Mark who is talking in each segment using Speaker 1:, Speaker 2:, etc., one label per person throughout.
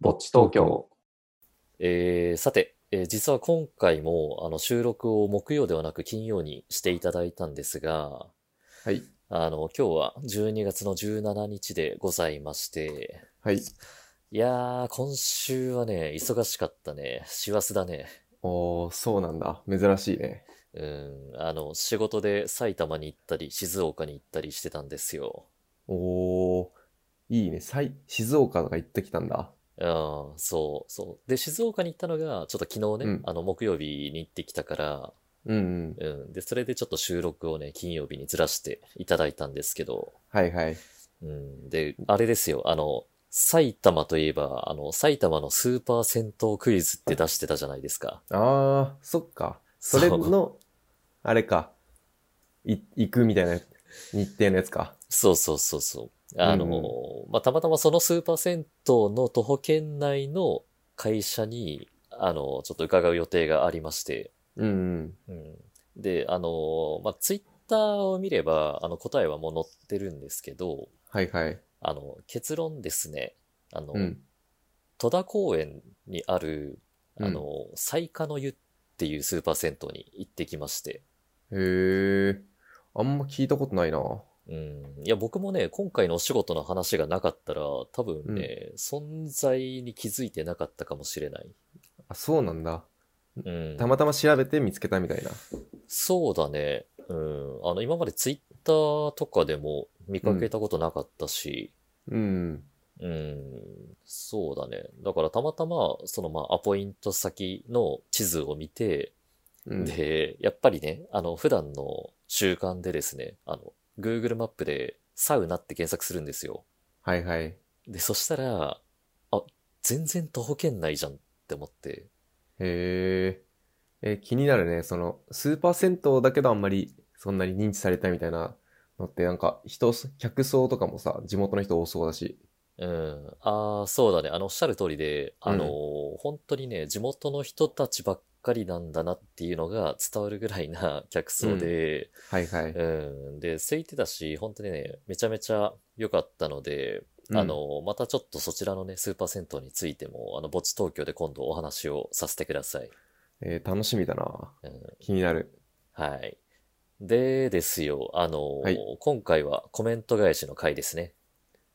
Speaker 1: ぼっち東京。
Speaker 2: えーさて、えー実は今回もあの収録を木曜ではなく金曜にしていただいたんですが、
Speaker 1: はい。
Speaker 2: あの、今日は12月の17日でございまして、
Speaker 1: はい。
Speaker 2: いやー、今週はね、忙しかったね。師走だね。
Speaker 1: おー、そうなんだ。珍しいね。
Speaker 2: うん、あの、仕事で埼玉に行ったり、静岡に行ったりしてたんですよ。
Speaker 1: おー、いいね。さい、静岡とか行ってきたんだ。
Speaker 2: うん、そう、そう。で、静岡に行ったのが、ちょっと昨日ね、
Speaker 1: うん
Speaker 2: あの、木曜日に行ってきたから、
Speaker 1: うんうん。
Speaker 2: うん。で、それでちょっと収録をね、金曜日にずらしていただいたんですけど、
Speaker 1: はいはい。
Speaker 2: うん。で、あれですよ、あの、埼玉といえば、あの、埼玉のスーパー銭湯クイズって出してたじゃないですか。
Speaker 1: あー、そっか。それ
Speaker 2: そう、
Speaker 1: の、あれか。い、行くみたいな日程のやつか。
Speaker 2: そうそうそうそう。あの、まあ、たまたまそのスーパー銭湯の徒歩圏内の会社に、あの、ちょっと伺う予定がありまして、
Speaker 1: うんうん。
Speaker 2: うん。で、あの、まあ、ツイッターを見れば、あの、答えはもう載ってるんですけど、
Speaker 1: はいはい。
Speaker 2: あの、結論ですね、あの、
Speaker 1: うん。
Speaker 2: 戸田公園にある、
Speaker 1: うん
Speaker 2: あの、彩花の湯っていうスーパー銭湯に行ってきまして。
Speaker 1: へー。あんま聞いたことないな。
Speaker 2: うん。いや、僕もね、今回のお仕事の話がなかったら、多分ね、存在に気づいてなかったかもしれない。
Speaker 1: あ、そうなんだ。
Speaker 2: うん。
Speaker 1: たまたま調べて見つけたみたいな。
Speaker 2: そうだね。うん。あの、今までツイッターとかでも見かけたことなかったし、
Speaker 1: うん。
Speaker 2: うん、そうだね。だからたまたま、そのまあ、アポイント先の地図を見て、
Speaker 1: うん。
Speaker 2: で、やっぱりね、あの、普段の習慣でですね、あの、Google マップでサウナって検索するんですよ。
Speaker 1: はいはい。
Speaker 2: で、そしたら、あ、全然徒歩圏内じゃんって思って。
Speaker 1: へーえ、気になるね。その、スーパー銭湯だけどあんまりそんなに認知されたみたいなのって、なんか人、客層とかもさ、地元の人多そうだし。
Speaker 2: うん。ああ、そうだね。あの、おっしゃる通りで、あのー、本当にね、地元の人たちばっかりなんだなっていうのが伝わるぐらいな 客層で、
Speaker 1: はいはい。
Speaker 2: うん。で、空いてたし、本当にね、めちゃめちゃ良かったので、
Speaker 1: うん
Speaker 2: あ、の、またちょっとそちらのね、スーパー銭湯についても、あの、墓地東京で今度お話をさせてください。
Speaker 1: えー楽しみだな。
Speaker 2: うん
Speaker 1: 気になる。
Speaker 2: はい。でですよ、あの、
Speaker 1: はい
Speaker 2: 今回はコメント返しの回ですね。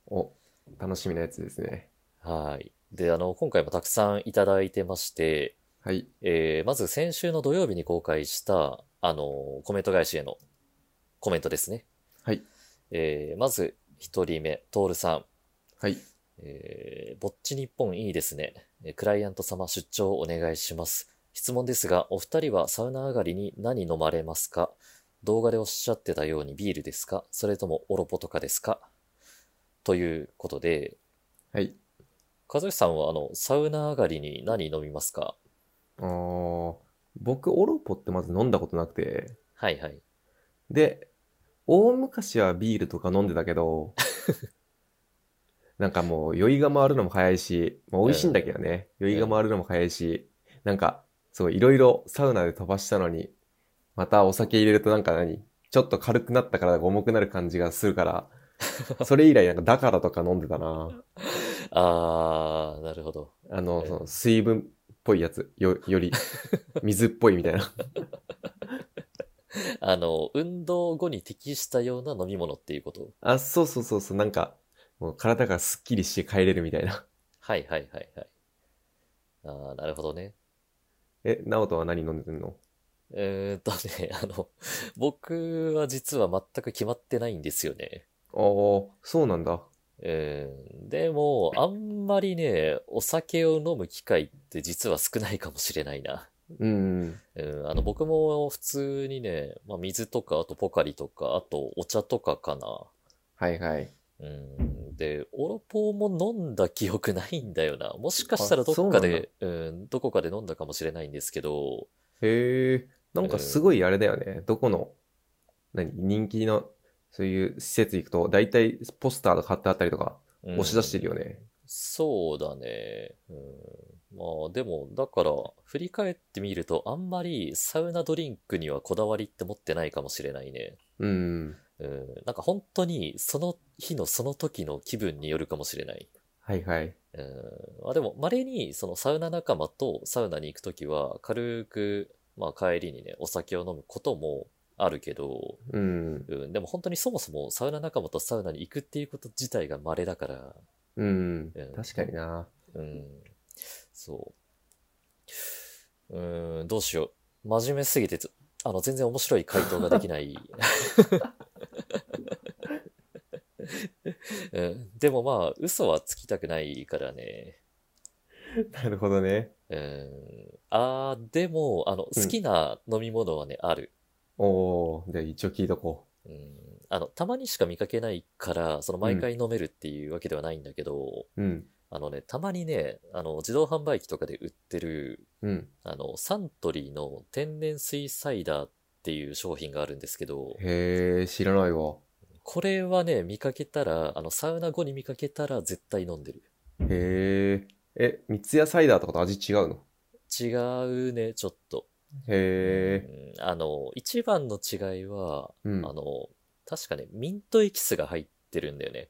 Speaker 1: お、楽しみなやつですね。
Speaker 2: はい。で、あの、今回もたくさんいただいてまして、
Speaker 1: はい。
Speaker 2: えーまず先週の土曜日に公開した、あの、コメント返しへのコメントですね。
Speaker 1: はい。
Speaker 2: えーまず、一人目、トールさん。
Speaker 1: はい。
Speaker 2: えーぼっち日本いいですね。えークライアント様出張お願いします。質問ですが、お二人はサウナ上がりに何飲まれますか動画でおっしゃってたようにビールですかそれともオロポとかですかということで、
Speaker 1: はい。
Speaker 2: 和義さんはあの、サウナ上がりに何飲みますか
Speaker 1: あー、僕、オロポってまず飲んだことなくて。
Speaker 2: はいはい。
Speaker 1: で、大昔はビールとか飲んでたけど、なんかもう酔いが回るのも早いし、まあ、美味しいんだけどね、酔いが回るのも早いし、なんか、そう、いろいろサウナで飛ばしたのに、またお酒入れるとなんか何ちょっと軽くなったから重くなる感じがするから、それ以来なんかだからとか飲んでたな。
Speaker 2: あー、なるほど。
Speaker 1: あの、その水分っぽいやつ、よ、より、水っぽいみたいな。
Speaker 2: あの、運動後に適したような飲み物っていうこと。
Speaker 1: あ、そうそうそうそう、なんか、もう体がスッキリして帰れるみたいな。
Speaker 2: はいはいはいはい。あー、なるほどね。
Speaker 1: え、ナオトは何飲んでんの
Speaker 2: えーっとね、 あの、僕は実は全く決まってないんですよね。
Speaker 1: ああ、そうなんだ。
Speaker 2: うん、でも、あんまりね、お酒を飲む機会って実は少ないかもしれないな。
Speaker 1: うん。
Speaker 2: うん、あの、僕も普通にね、まあ、水とか、あとポカリとか、あとお茶とかか
Speaker 1: はいはい。
Speaker 2: な。うん、で、オロポも飲んだ記憶ないんだよな。もしかしたらどっ
Speaker 1: あ
Speaker 2: かで、うん、どこかで飲んだかもしれないんですけど、
Speaker 1: へえ、なんかすごいあれだよね。どこの、何、人気の、そういう施設行くと、大体ポスターが貼ってあったりとか、
Speaker 2: うん
Speaker 1: 押し出してるよね。
Speaker 2: そうだね。うん、まあでも、だから、振り返ってみると、あんまりサウナドリンクにはこだわりって持ってないかもしれないね。
Speaker 1: うん。
Speaker 2: うん、なんか本当に、その日のその時の気分によるかもしれない。
Speaker 1: はいはい。
Speaker 2: うんまあ、でも、まれに、そのサウナ仲間とサウナに行くときは、軽く、まあ、帰りにね、お酒を飲むこともあるけど、
Speaker 1: うん。
Speaker 2: うん、でも本当にそもそもサウナ仲間とサウナに行くっていうこと自体が稀だから、
Speaker 1: うん
Speaker 2: うん。
Speaker 1: 確かにな。
Speaker 2: うん、そう。うん、どうしよう。真面目すぎてつ、あの、全然面白い回答ができない。うん、でもまあ、嘘はつきたくないからね。
Speaker 1: なるほどね。
Speaker 2: うん、あー、でも、あの、好きな飲み物はね、ある。
Speaker 1: おー、じゃあ一応聞いとこ
Speaker 2: うん、あの、たまにしか見かけないから、その毎回飲めるっていうわけではないんだけど、
Speaker 1: う。うん。
Speaker 2: あのね、たまにね、あの、自動販売機とかで売ってる、
Speaker 1: うん。
Speaker 2: あの、サントリーの天然水サイダーっていう商品があるんですけど、
Speaker 1: へえ、知らないわ。
Speaker 2: これはね、見かけたら、あの、サウナ後に見かけたら絶対飲んでる。
Speaker 1: へえ。え、三ツ矢サイダーとかと味違うの
Speaker 2: 違うね、ちょっと。
Speaker 1: へえ。
Speaker 2: うんあの、一番の違いは、
Speaker 1: うん。
Speaker 2: あの、確かね、ミントエキスが入ってるんだよね。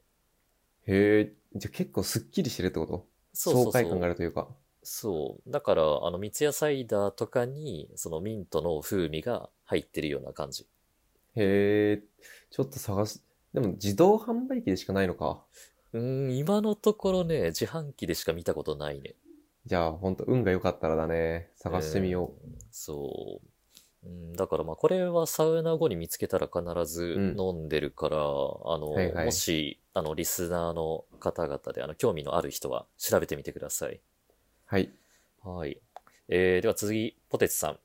Speaker 1: へえ。じゃあ結構すっきりしてるってこと
Speaker 2: そうそうそ
Speaker 1: 爽
Speaker 2: う
Speaker 1: 快感があるというか。
Speaker 2: そう。だから、あの、三ツ矢サイダーとかに、そのミントの風味が入ってるような感じ。
Speaker 1: へえ。ちょっと探す。でも自動販売機でしかないのか。
Speaker 2: うーん、今のところね、自販機でしか見たことないね。
Speaker 1: じゃあほんと運が良かったらだね。探してみよ
Speaker 2: うん。そう。うん、だからまあ、これはサウナ後に見つけたら必ず飲んでるから、あの、
Speaker 1: はいはい
Speaker 2: もし、あの、リスナーの方々で、あの、興味のある人は調べてみてください。
Speaker 1: う。はい。
Speaker 2: はい。えーでは次、ポテチさん。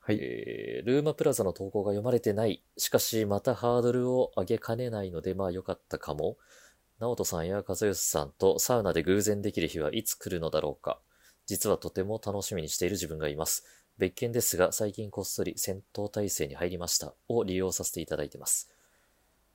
Speaker 1: はい。
Speaker 2: えールーマプラザの投稿が読まれてない。しかし、またハードルを上げかねないので、まあ良かったかも。直人さんや和義さんとサウナで偶然できる日はいつ来るのだろうか。実はとても楽しみにしている自分がいます。別件ですが、最近こっそり戦闘態勢に入りましたを利用させていただいてます。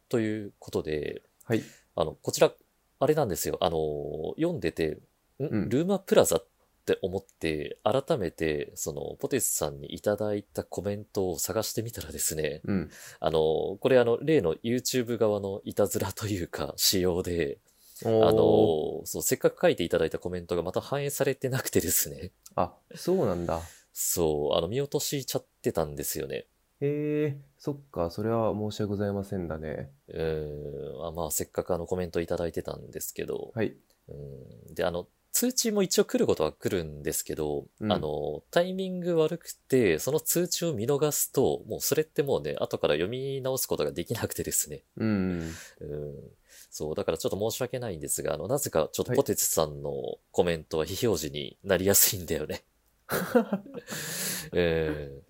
Speaker 2: ということで、
Speaker 1: はい。
Speaker 2: あの、こちら、あれなんですよ。あのー、読んでて、ん
Speaker 1: うん
Speaker 2: ルーマプラザって思って、改めて、その、ポテスさんにいただいたコメントを探してみたらですね、
Speaker 1: うん。
Speaker 2: あのー、これあの、例の YouTube 側のいたずらというか、 仕様で、あの
Speaker 1: おー。
Speaker 2: ー、そう、せっかく書いていただいたコメントがまた反映されてなくてですね、
Speaker 1: あ、そうなんだ。
Speaker 2: そう、あの、見落としちゃってたんですよね。
Speaker 1: へえ。そっか。それは申し訳ございませんだね。
Speaker 2: うーん、あまあ、せっかくあのコメントいただいてたんですけど、
Speaker 1: はい。
Speaker 2: うんで、あの、通知も一応来ることは来るんですけど、
Speaker 1: うん
Speaker 2: あの、タイミング悪くて、その通知を見逃すと、もうそれってもうね、後から読み直すことができなくてですね。
Speaker 1: うん。
Speaker 2: うん。そう、だからちょっと申し訳ないんですが、あの、なぜかちょっと
Speaker 1: はい
Speaker 2: ポテツさんのコメントは非表示になりやすいんだ よね。うん。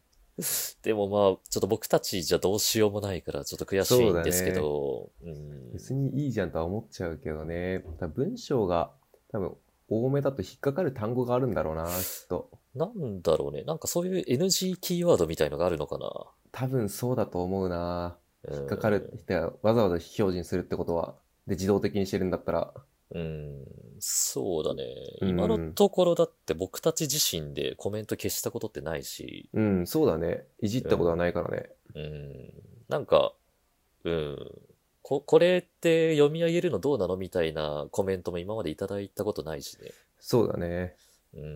Speaker 2: でもまあ、ちょっと僕たちじゃどうしようもないから、ちょっと悔しいんですけど、うん。
Speaker 1: 別にいいじゃんとは思っちゃうけどね。多分文章が多分多めだと引っかかる単語があるんだろうな、きっと。
Speaker 2: なんだろうね。なんかそういう NG キーワードみたいのがあるのかな。
Speaker 1: 多分そうだと思うな。
Speaker 2: うん
Speaker 1: 引っかかる。ってわざわざ非表示にするってことは。で、自動的にしてるんだったら。
Speaker 2: うん。そうだね。
Speaker 1: うん
Speaker 2: 今のところだって僕たち自身でコメント消したことってないし、
Speaker 1: うん、そうだね。いじったことはないからね。
Speaker 2: うん。なんか、うん。こ、これって読み上げるのどうなのみたいなコメントも今までいただいたことないしね。
Speaker 1: そうだね。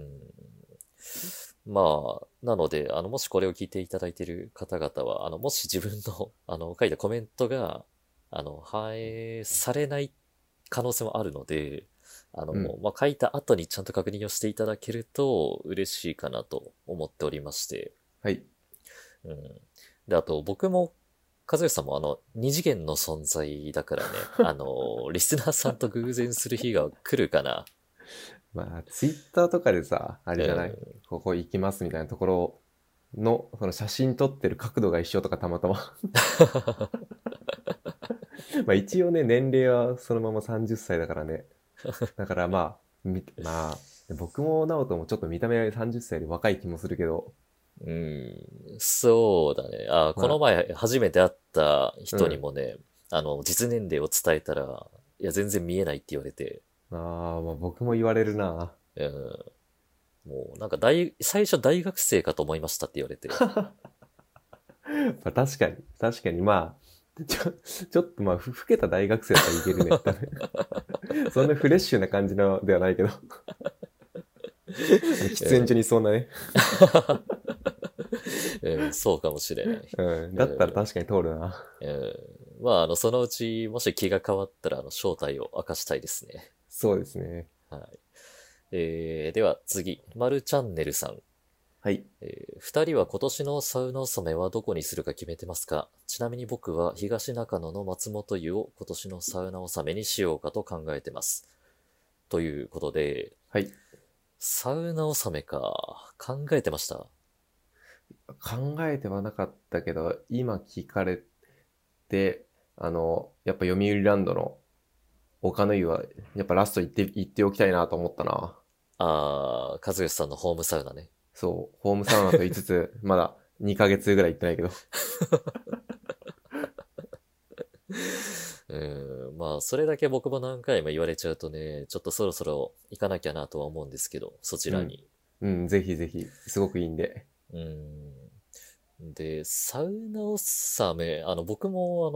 Speaker 2: うん。まあ、なので、あの、もしこれを聞いていただいている方々は、あの、もし自分の、 あの、書いたコメントが、あの、反映されない可能性もあるので、あの、
Speaker 1: うん
Speaker 2: まあ、書いた後にちゃんと確認をしていただけると嬉しいかなと思っておりまして、
Speaker 1: はい。
Speaker 2: うん。で、あと、僕も、和義さんも、あの、二次元の存在だからね、あの、リスナーさんと偶然する日が来るかな。
Speaker 1: まあ、ツイッターとかでさ、あれじゃない、
Speaker 2: うん
Speaker 1: ここ行きますみたいなところの、その写真撮ってる角度が一緒とかたまたま。 まあ一応ね、年齢はそのまま30歳だからね。だからまあ、みまあ、僕も直人もちょっと見た目は30歳より若い気もするけど、
Speaker 2: うん、そうだね。あ、この前初めて会った人にもね、あの、実年齢を伝えたら、いや、全然見えないって言われて、
Speaker 1: あーまあ僕も言われるな。
Speaker 2: うん、もうなんか大、最初大学生かと思いましたって言われて、
Speaker 1: まあ確かに、確かにまあ、ちょ、 ちょっとまあ、ふ、老けた大学生だったらいけるね。多分 そんなフレッシュな感じのでは ないけど。喫煙所にいそうなね。
Speaker 2: うん、そうかもしれない。
Speaker 1: うん。だったら確かに通るな。
Speaker 2: うん、まあ、あの、そのうち、もし気が変わったら、あの、正体を明かしたいですね。
Speaker 1: そうですね。
Speaker 2: はい。えー、では次、まるチャンネルさん。
Speaker 1: はい。
Speaker 2: えー二人は今年のサウナ納めはどこにするか決めてますかちなみに僕は東中野の松本湯を今年のサウナ納めにしようかと考えてます。ということで、
Speaker 1: はい。
Speaker 2: サウナ納めか。考えてました。
Speaker 1: 考えてはなかったけど、今聞かれて、あの、やっぱ読売ランドの丘の湯は、やっぱラスト行って、行っておきたいなと思ったな。
Speaker 2: あー、和義さんのホームサウナね。
Speaker 1: そう、ホームサウナと言いつつ、 まだ2ヶ月ぐらい行ってないけど。
Speaker 2: うん、まあ、それだけ僕も何回も言われちゃうとね、ちょっとそろそろ行かなきゃなとは思うんですけど、そちらに。
Speaker 1: うん、ぜひぜひ、すごくいいんで。
Speaker 2: うん。で、サウナ納め、あの、僕も、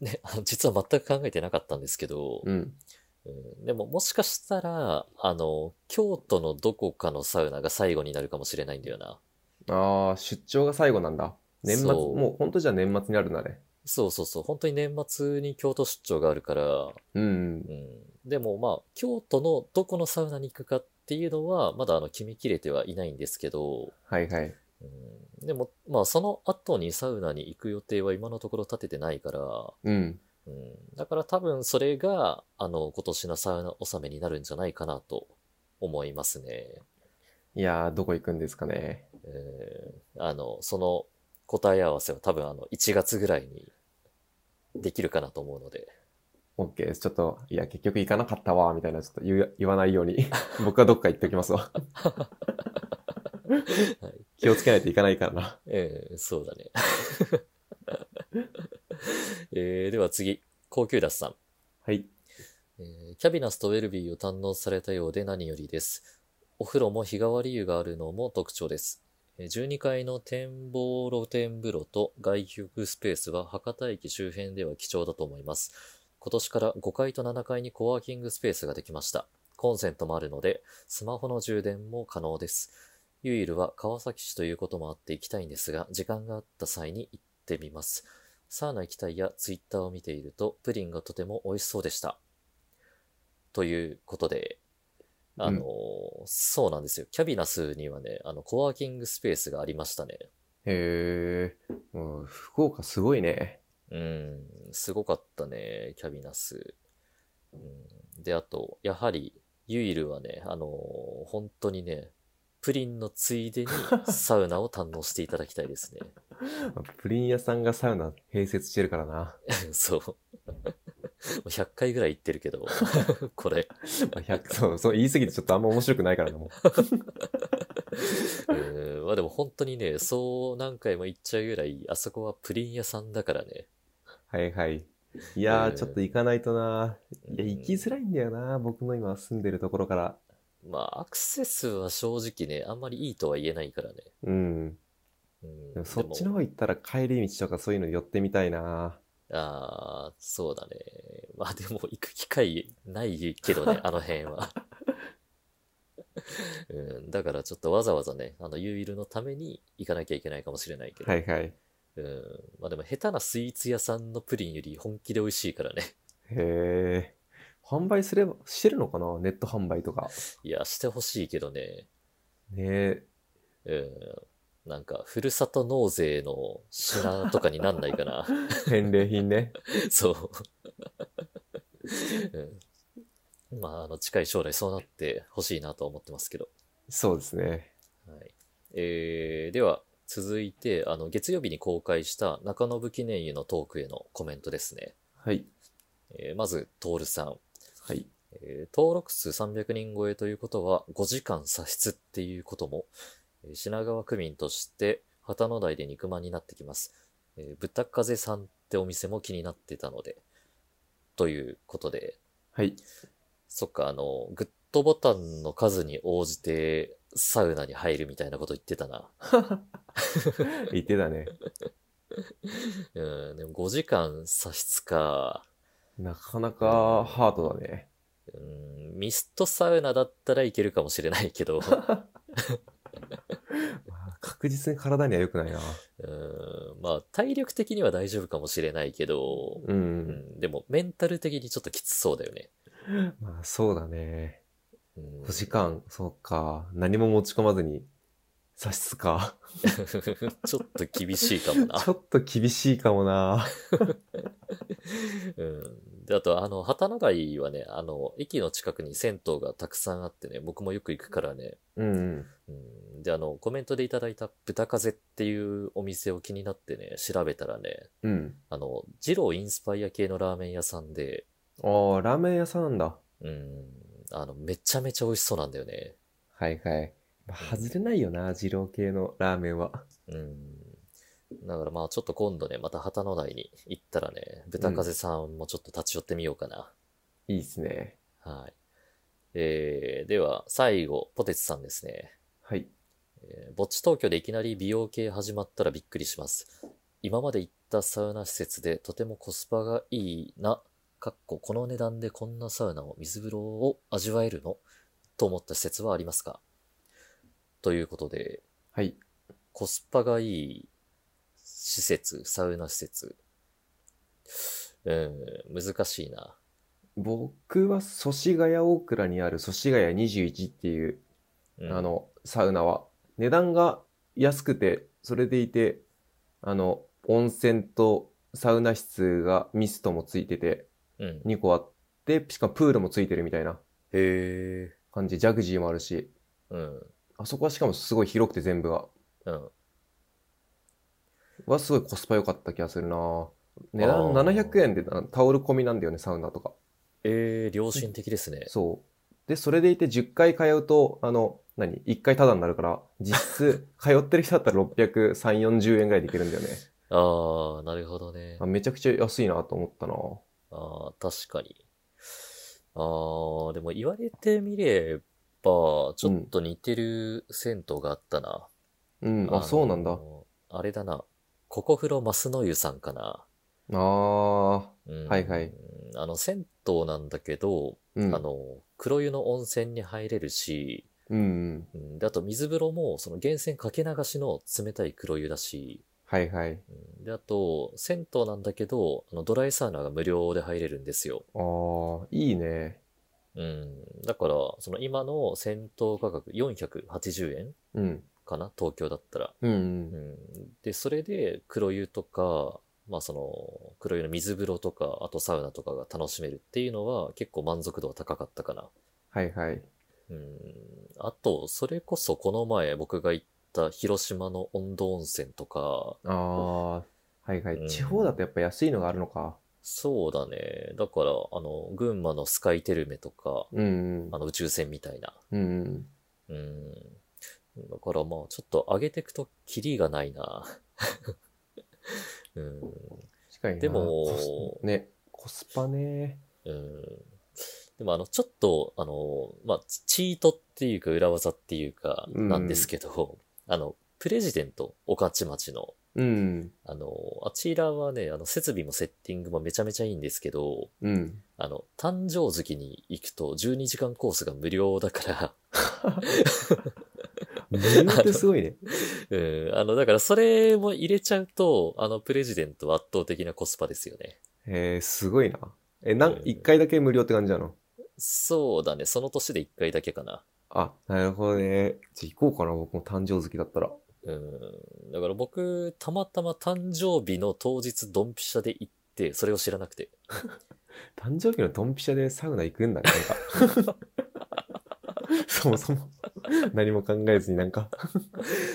Speaker 2: あの、ね、 あの実は全く考えてなかったんですけど、
Speaker 1: うん。
Speaker 2: うんでももしかしたら、あの、京都のどこかのサウナが最後になるかもしれないんだよな。
Speaker 1: ああ、出張が最後なんだ。年末、
Speaker 2: そう
Speaker 1: もう本当じゃあ年末にあるんだね。
Speaker 2: そうそうそう、本当に年末に京都出張があるから、
Speaker 1: うんうん。
Speaker 2: うん、でもまあ京都のどこのサウナに行くかっていうのはまだあの決めきれてはいないんですけど、
Speaker 1: はいはい。
Speaker 2: うん、でもまあその後にサウナに行く予定は今のところ立ててないから、
Speaker 1: うん。
Speaker 2: うん、だから多分それがあの今年のサウナ納めになるんじゃないかなと思いますね。
Speaker 1: いやー、どこ行くんですかね。
Speaker 2: えーあのその答え合わせは多分あの1月ぐらいにできるかなと思うので。
Speaker 1: OK です。ちょっと、いや、結局行かなかったわ、みたいな、ちょっと言う言わないように。僕はどっか行っておきますわ。気をつけないといかないからな。
Speaker 2: ええそうだね。 えーでは次、高級ダスさん、
Speaker 1: はい。
Speaker 2: えーキャビナスとウェルビーを堪能されたようで何よりです。お風呂も日替わり湯があるのも特徴です。えー12階の展望露天風呂と外浴スペースは博多駅周辺では貴重だと思います。今年から5階と7階にコワーキングスペースができました。コンセントもあるので、スマホの充電も可能です。ユイルは川崎市ということもあって行きたいんですが、時間があった際に行ってみます。サウナ行きたいやツイッターを見ていると、プリンがとても美味しそうでした。ということで、あのー、そうなんですよ。キャビナスにはね、あの、コワーキングスペースがありましたね。
Speaker 1: へえ、うん、福岡すごいね。
Speaker 2: うん、すごかったね、キャビナス。うん、で、あと、やはり、ユイルはね、あのー本当にね、プリンのついでにサウナを堪能していただきたいですね。
Speaker 1: プリン屋さんがサウナ併設してるからな。
Speaker 2: そう。もう100回ぐらい言ってるけど、 これ、
Speaker 1: 100、そう、そう言い過ぎてちょっとあんま面白くないからな、も
Speaker 2: うんまあでも本当にね、そう何回も言っちゃうぐらい、あそこはプリン屋さんだからね。
Speaker 1: う。はいはい。いやー、
Speaker 2: うん
Speaker 1: ちょっと行かないとな。いや、
Speaker 2: うん
Speaker 1: 行きづらいんだよな、僕の今住んでるところから。
Speaker 2: まあ、アクセスは正直ね、あんまりいいとは言えないからね。
Speaker 1: うん。
Speaker 2: うん
Speaker 1: でもそっち
Speaker 2: でも
Speaker 1: の方行ったら帰り道とかそういうの寄ってみたいな。
Speaker 2: ああ、そうだね。 まあでも行く機会ないけどね、あの辺は。 うん、だからちょっとわざわざね、あの、ユーイルのために行かなきゃいけないかもしれないけど。
Speaker 1: はいはい。へ
Speaker 2: うん。まあでも下手なスイーツ屋さんのプリンより本気で美味しいからね。
Speaker 1: え。販売すれば、してるのかなネット販売とか。
Speaker 2: いや、してほしいけどね。
Speaker 1: ねえ。
Speaker 2: うん。なんか、ふるさと納税の品とかになんないかな。
Speaker 1: 返礼品ね。
Speaker 2: そう。 うん、まあ、あの、近い将来そうなってほしいなとは思ってますけど。
Speaker 1: そうですね。
Speaker 2: はい。えー、では、続いて、あの、月曜日に公開した中信記念湯のトークへのコメントですね。
Speaker 1: はい。
Speaker 2: えーまず、トールさん。
Speaker 1: はい。
Speaker 2: えー登録数300人超えということは5時間差出っていうことも、えー品川区民として旗の台で肉まんになってきます。えー、ぶた風さんってお店も気になってたので、ということで、
Speaker 1: はい。
Speaker 2: そっか、あの、グッドボタンの数に応じてサウナに入るみたいなこと言ってたな。
Speaker 1: 言ってたね。
Speaker 2: うん、でも5時間差し支か。
Speaker 1: なかなかハードだね。
Speaker 2: うん、ミストサウナだったらいけるかもしれな いけど、
Speaker 1: 確実に体には良くないな。
Speaker 2: うん、まあ体力的には大丈夫かもしれないけど、
Speaker 1: う。
Speaker 2: うんん、でもメンタル的にちょっときつそうだよね。
Speaker 1: まあそうだね。
Speaker 2: うん
Speaker 1: 5時間、そうか。何も持ち込まずに、差し支か。
Speaker 2: ちょっと厳しいかもな
Speaker 1: 。ちょっと厳しいかもな。
Speaker 2: うん。で、あと、あの、旗の貝はね、あの、駅の近くに銭湯がたくさんあってね、僕もよく行くからね、
Speaker 1: うんうん。
Speaker 2: うん。で、あの、コメントでいただいた豚風っていうお店を気になってね、調べたらね、
Speaker 1: うん。
Speaker 2: あの、二郎インスパイア系のラーメン屋さんで、
Speaker 1: ああ、ラーメン屋さんなんだ。
Speaker 2: うん、あの、めちゃめちゃ美味しそうなんだよね。
Speaker 1: はいはい。まあ、外れないよな、二郎系のラーメンは。
Speaker 2: うん。だからまあちょっと今度ね、また旗の台に行ったらね、豚風さんもちょっと立ち寄ってみようかな。
Speaker 1: いいですね。
Speaker 2: はい。えー、では、最後、ポテツさんですね。
Speaker 1: はい。
Speaker 2: えーぼっち東京でいきなり美容系始まったらびっくりします。今まで行ったサウナ施設でとてもコスパがいいな、かっここの値段でこんなサウナを水風呂を味わえるのと思った施設はありますかということで、
Speaker 1: はい。
Speaker 2: コスパがいい施設、サウナ施設。うん、難しいな。
Speaker 1: 僕は祖師ヶ谷大倉にある祖師ヶ谷21っていう、
Speaker 2: うん
Speaker 1: あ、の、サウナは、値段が安くて、それでいて、あの、温泉とサウナ室がミストもついてて、
Speaker 2: うん。
Speaker 1: 2個あって、しかもプールもついてるみたいな
Speaker 2: へえ。
Speaker 1: 感じ、ジャグジーもあるし、
Speaker 2: うん、
Speaker 1: あそこはしかもすごい広くて全部が、
Speaker 2: うん。
Speaker 1: はすごいコスパ良かった気がするな値段
Speaker 2: あー
Speaker 1: 700円でなタオル込みなんだよね、サウナとか。
Speaker 2: ええ良心的ですね。
Speaker 1: そう。で、それでいて10回通うと、あの、何 ?1 回タダになるから、実 質、通ってる人だったら600、3、40円ぐらいでいけるんだよね。
Speaker 2: ああ、なるほどね
Speaker 1: あ。めちゃくちゃ安いなと思ったな
Speaker 2: ああ、確かに。ああ、でも言われてみれば、ちょっと似てる銭湯があったな。
Speaker 1: うん、あ、
Speaker 2: の
Speaker 1: そうなんだ。あ。
Speaker 2: あれだな。ここ風呂ますの湯さんかな。
Speaker 1: あー、
Speaker 2: うん
Speaker 1: はいはい。
Speaker 2: あの、銭湯なんだけど、
Speaker 1: うん。
Speaker 2: あの、黒湯の温泉に入れるし、
Speaker 1: うんうん。
Speaker 2: うん、で、あと水風呂も、その源泉かけ流しの冷たい黒湯だし、
Speaker 1: はいはい。
Speaker 2: うんで、あと、銭湯なんだけど、あのドライサウナが無料で入れるんですよ。
Speaker 1: ああ、いいね。
Speaker 2: うん。だから、その今の戦闘価格480円
Speaker 1: うん。
Speaker 2: かな東京だったら。
Speaker 1: うん、う。
Speaker 2: うんん。で、それで黒湯とか、まあその、黒湯の水風呂とか、あとサウナとかが楽しめるっていうのは結構満足度は高かったかな。
Speaker 1: はいはい。
Speaker 2: うん。あと、それこそこの前僕が行った広島の温度温泉とか、
Speaker 1: ああ、はいは
Speaker 2: うん
Speaker 1: い。地方だとやっぱ安いのがあるのか。
Speaker 2: そうだね。だから、あの、群馬のスカイテルメとか、
Speaker 1: うん
Speaker 2: あの宇宙船みたいな。
Speaker 1: うん。うん
Speaker 2: うん。だからまあ、ちょっと上げていくとキリがないな。 うん。
Speaker 1: 近いな。
Speaker 2: でも
Speaker 1: コスね、コスパね。
Speaker 2: うん。でもあの、ちょっと、あの、まあ、チチートっていうか裏技っていうか、
Speaker 1: うん
Speaker 2: なんですけど、あの、プレジデント、御徒町の、
Speaker 1: うん。
Speaker 2: あの、あちらはね、あの、設備もセッティングもめちゃめちゃいいんですけど、
Speaker 1: うん。
Speaker 2: あの、誕生月に行くと12時間コースが無料だから、
Speaker 1: 無料ってすごいね。
Speaker 2: うん、あの、だからそれも入れちゃうと、あの、プレジデントは圧倒的なコスパですよね。
Speaker 1: えー、すごいな。え、な
Speaker 2: うん
Speaker 1: ん、一回だけ無料って感じなの
Speaker 2: そうだね、その年で1回だけかな。
Speaker 1: あ、なるほどね。じゃあ行こうかな、僕も誕生月だったら。
Speaker 2: うん、だから僕、たまたま誕生日の当日ドンピシャで行って、それを知らなくて。
Speaker 1: 誕生日のドンピシャでサウナ行くんだね、 なんか。そもそも。何も考えずになんか。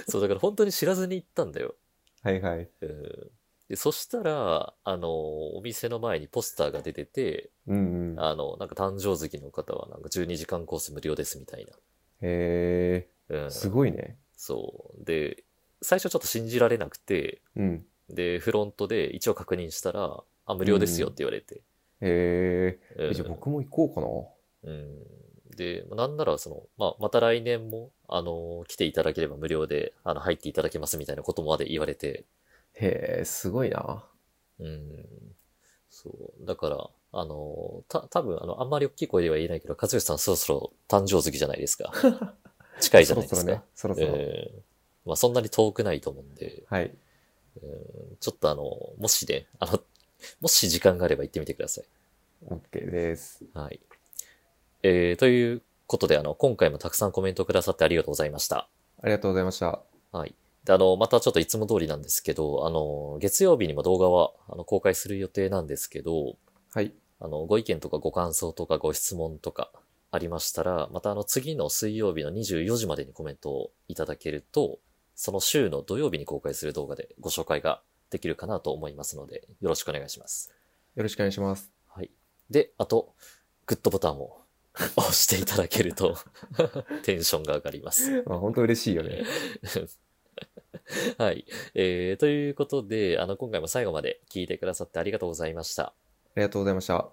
Speaker 2: そう、だから本当に知らずに行ったんだよ。
Speaker 1: はいはい。
Speaker 2: うん、でそしたら、あの、お店の前にポスターが出てて、
Speaker 1: うんうん。
Speaker 2: あの、なんか誕生月の方はなんか12時間コース無料ですみたい
Speaker 1: へ
Speaker 2: な。う
Speaker 1: ー、
Speaker 2: ん、
Speaker 1: すごいね。
Speaker 2: そう。で、最初ちょっと信じられなくて、
Speaker 1: うん。
Speaker 2: で、フロントで一応確認したら、あ、無料ですよって言われて。
Speaker 1: へー。
Speaker 2: うん
Speaker 1: えじゃあ僕も行こ
Speaker 2: うんで、なんなら、その、まあ、また来年も、あの、来ていただければ無料で、あの、入っていただけますみたいなことまで言われて、
Speaker 1: うかな。へえ、すごいな。
Speaker 2: うん。そう。だから、あの、た、多分あの、あんまり大きい声では言えないけど、和義さんそろそろ誕生月じゃないで すか。近いじゃないです
Speaker 1: そろ
Speaker 2: か。
Speaker 1: そろね、そろそろ。
Speaker 2: えーまあ、そんなに遠くないと思うんで、
Speaker 1: はい。
Speaker 2: うんちょっとあの、もしね、あの、もし時間があれば行ってみてください。
Speaker 1: OK です。
Speaker 2: はい。えーということで、あの、今回もたくさんコメントくださってありがとうございました。
Speaker 1: ありがとうございました。
Speaker 2: はい。で、あの、またちょっといつも通りなんですけど、あの、月曜日にも動画は、あの、公開する予定なんですけど、
Speaker 1: はい。
Speaker 2: あの、ご意見とかご感想とかご質問とかありましたら、またあの、次の水曜日の24時までにコメントをいただけると、その週の土曜日に公開する動画でご紹介ができるかなと思いますので、よろしくお願いします。
Speaker 1: よろしくお願いします。
Speaker 2: はい。で、あと、グッドボタンを 押していただけると、 テンションが上がります。
Speaker 1: まあ、本当嬉しいよね。
Speaker 2: はい。えーということで、あの、今回も最後まで聞いてくださってありがとうございました。
Speaker 1: ありがとうございました。